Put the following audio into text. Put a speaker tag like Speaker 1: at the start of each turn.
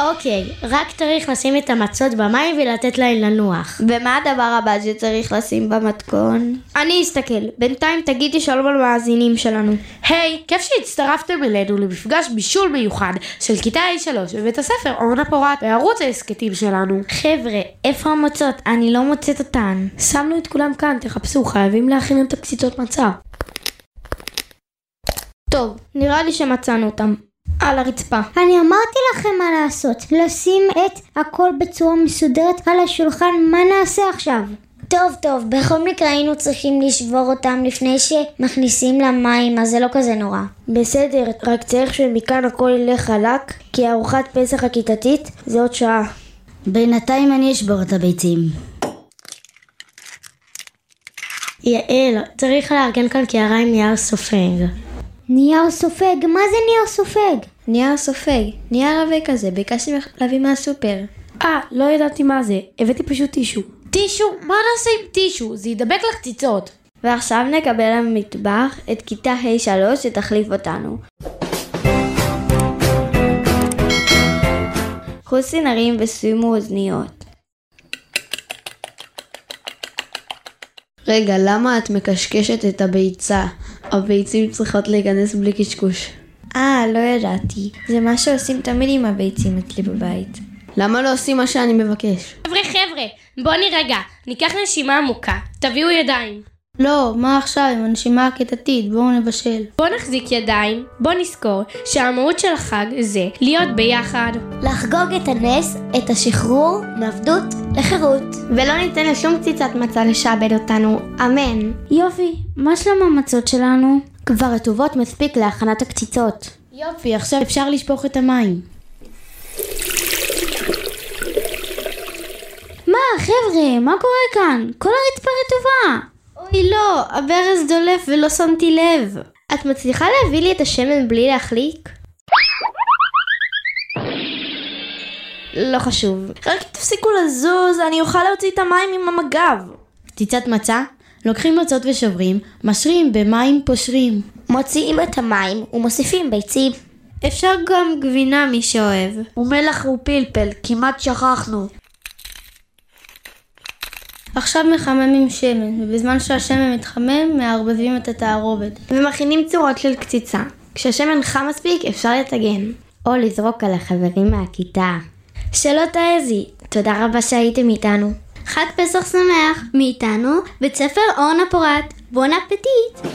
Speaker 1: אוקיי, רק צריך לשים את המצות במים ולתת להן לנוח.
Speaker 2: ומה הדבר הבא שצריך לשים במתכון? אני אסתכל. בינתיים תגידי שלום על מאזינים שלנו.
Speaker 3: היי, כיף שהצטרפתם אלינו למפגש בישול מיוחד של כיתה A3 בבית הספר אורנה פורת בערוץ ההסכתים שלנו.
Speaker 1: חבר'ה, איפה המצות? אני לא מוצאת אותן.
Speaker 4: שמנו את כולם כאן, תחפשו, חייבים להכין את הקציצות מצה.
Speaker 2: טוב, נראה לי שמצאנו אותם. על הרצפה.
Speaker 5: אני אמרתי לכם מה לעשות, לשים את הכל בצורה מסודרת על השולחן, מה נעשה עכשיו?
Speaker 6: טוב טוב, בכל מקרה היינו צריכים לשבור אותם לפני שמכניסים למים, אז זה לא כזה נורא.
Speaker 7: בסדר, רק צריך שמכאן הכל ילך חלק, כי ארוחת פסח הכיתתית זה עוד שעה.
Speaker 8: בינתיים אני אשבור את הביצים.
Speaker 1: יעל, צריך לארגן כאן קערה עם נייר סופג.
Speaker 5: נייר סופג? מה זה נייר סופג?
Speaker 2: נייר סופג, נייר עבה כזה, ביקשתי להביא מהסופר.
Speaker 4: אה, לא ידעתי מה זה, הבאתי פשוט טישו.
Speaker 3: טישו? מה נעשה עם טישו? זה ידבק לקציצות.
Speaker 2: ועכשיו נקבל למטבח את כיתה ה'3 שתחליף אותנו. קחו סינרים ושימו אוזניות.
Speaker 9: רגע, למה את מקשקשת את הביצה? הביצים צריכות להיכנס בלי קשקוש.
Speaker 2: אה, לא ידעתי. זה מה שעושים תמיד עם הביצים אצלי בבית.
Speaker 9: למה לא עושים מה שאני מבקש?
Speaker 3: חבר'ה, חבר'ה, בואו נירגע. ניקח נשימה עמוקה. תביאו ידיים.
Speaker 7: לא, מה עכשיו עם הנשימה הכיתתית? בואו נבשל.
Speaker 3: בואו נחזיק ידיים, בואו נזכור שהמהות של החג זה להיות ביחד.
Speaker 6: לחגוג את הנס, את השחרור, מעבדות לחירות.
Speaker 2: ולא ניתן לשום קציצת מצה לשעבד אותנו, אמן.
Speaker 5: יופי, מה שלום המצות שלנו?
Speaker 2: כבר רטובות מספיק להכנת הקציצות.
Speaker 4: יופי, עכשיו אפשר לשפוך את המים.
Speaker 5: מה, חבר'ה, מה קורה כאן? כל הרצפה רטובה.
Speaker 2: אוי לא, הברז דולף ולא שמתי לב. את מצליחה להביא לי את השמן בלי להחליק? לא חשוב.
Speaker 7: רק תפסיקו לזוז, אני אוכל להוציא את המים עם המגב.
Speaker 4: קציצת מצה? לוקחים מצות ושוברים, משרים במים פושרים.
Speaker 6: מוציאים את המים ומוסיפים ביצים.
Speaker 2: אפשר גם גבינה מי שאוהב.
Speaker 7: ומלח ופלפל, כמעט שכחנו.
Speaker 2: עכשיו מחממים שמן, ובזמן שהשמן מתחמם, מערבבים את התערובת.
Speaker 7: ומכינים צורות של קציצה. כשהשמן חם מספיק, אפשר לטגן.
Speaker 2: או לזרוק על החברים מהכיתה.
Speaker 6: שלא תעזי, תודה רבה שהייתם איתנו.
Speaker 2: חג פסח שמח, מאיתנו, בית ספר אורנה פורת. בון אפטיט!